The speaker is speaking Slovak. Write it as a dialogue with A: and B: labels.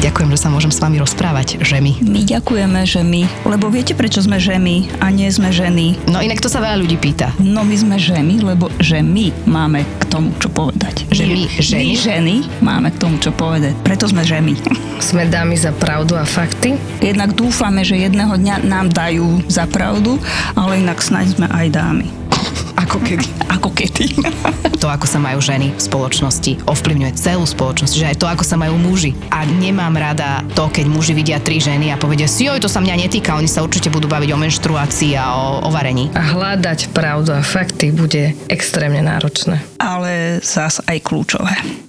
A: Ďakujem, že sa môžem s vami rozprávať, že my.
B: My ďakujeme, že my, lebo viete, prečo sme ženy a nie sme ženy?
A: No inak to sa veľa ľudí pýta.
B: No my sme ženy, lebo že my máme k tomu, čo povedať. Že
A: My ženy?
B: My ženy máme k tomu, čo povedať. Preto sme ženy.
C: Sme dámy za pravdu a fakty.
B: Jednak dúfame, že jedného dňa nám dajú za pravdu, ale inak snáď sme aj dámy.
A: Ako keby.
B: Ako kedy.
A: To, ako sa majú ženy v spoločnosti, ovplyvňuje celú spoločnosť, že aj to, ako sa majú muži. A nemám rada to, keď muži vidia tri ženy a povedia si, joj, to sa mňa netýka, oni sa určite budú baviť o menštruácii a o, o varení.
C: A hľadať pravdu a fakty bude extrémne náročné.
B: ale zás aj kľúčové.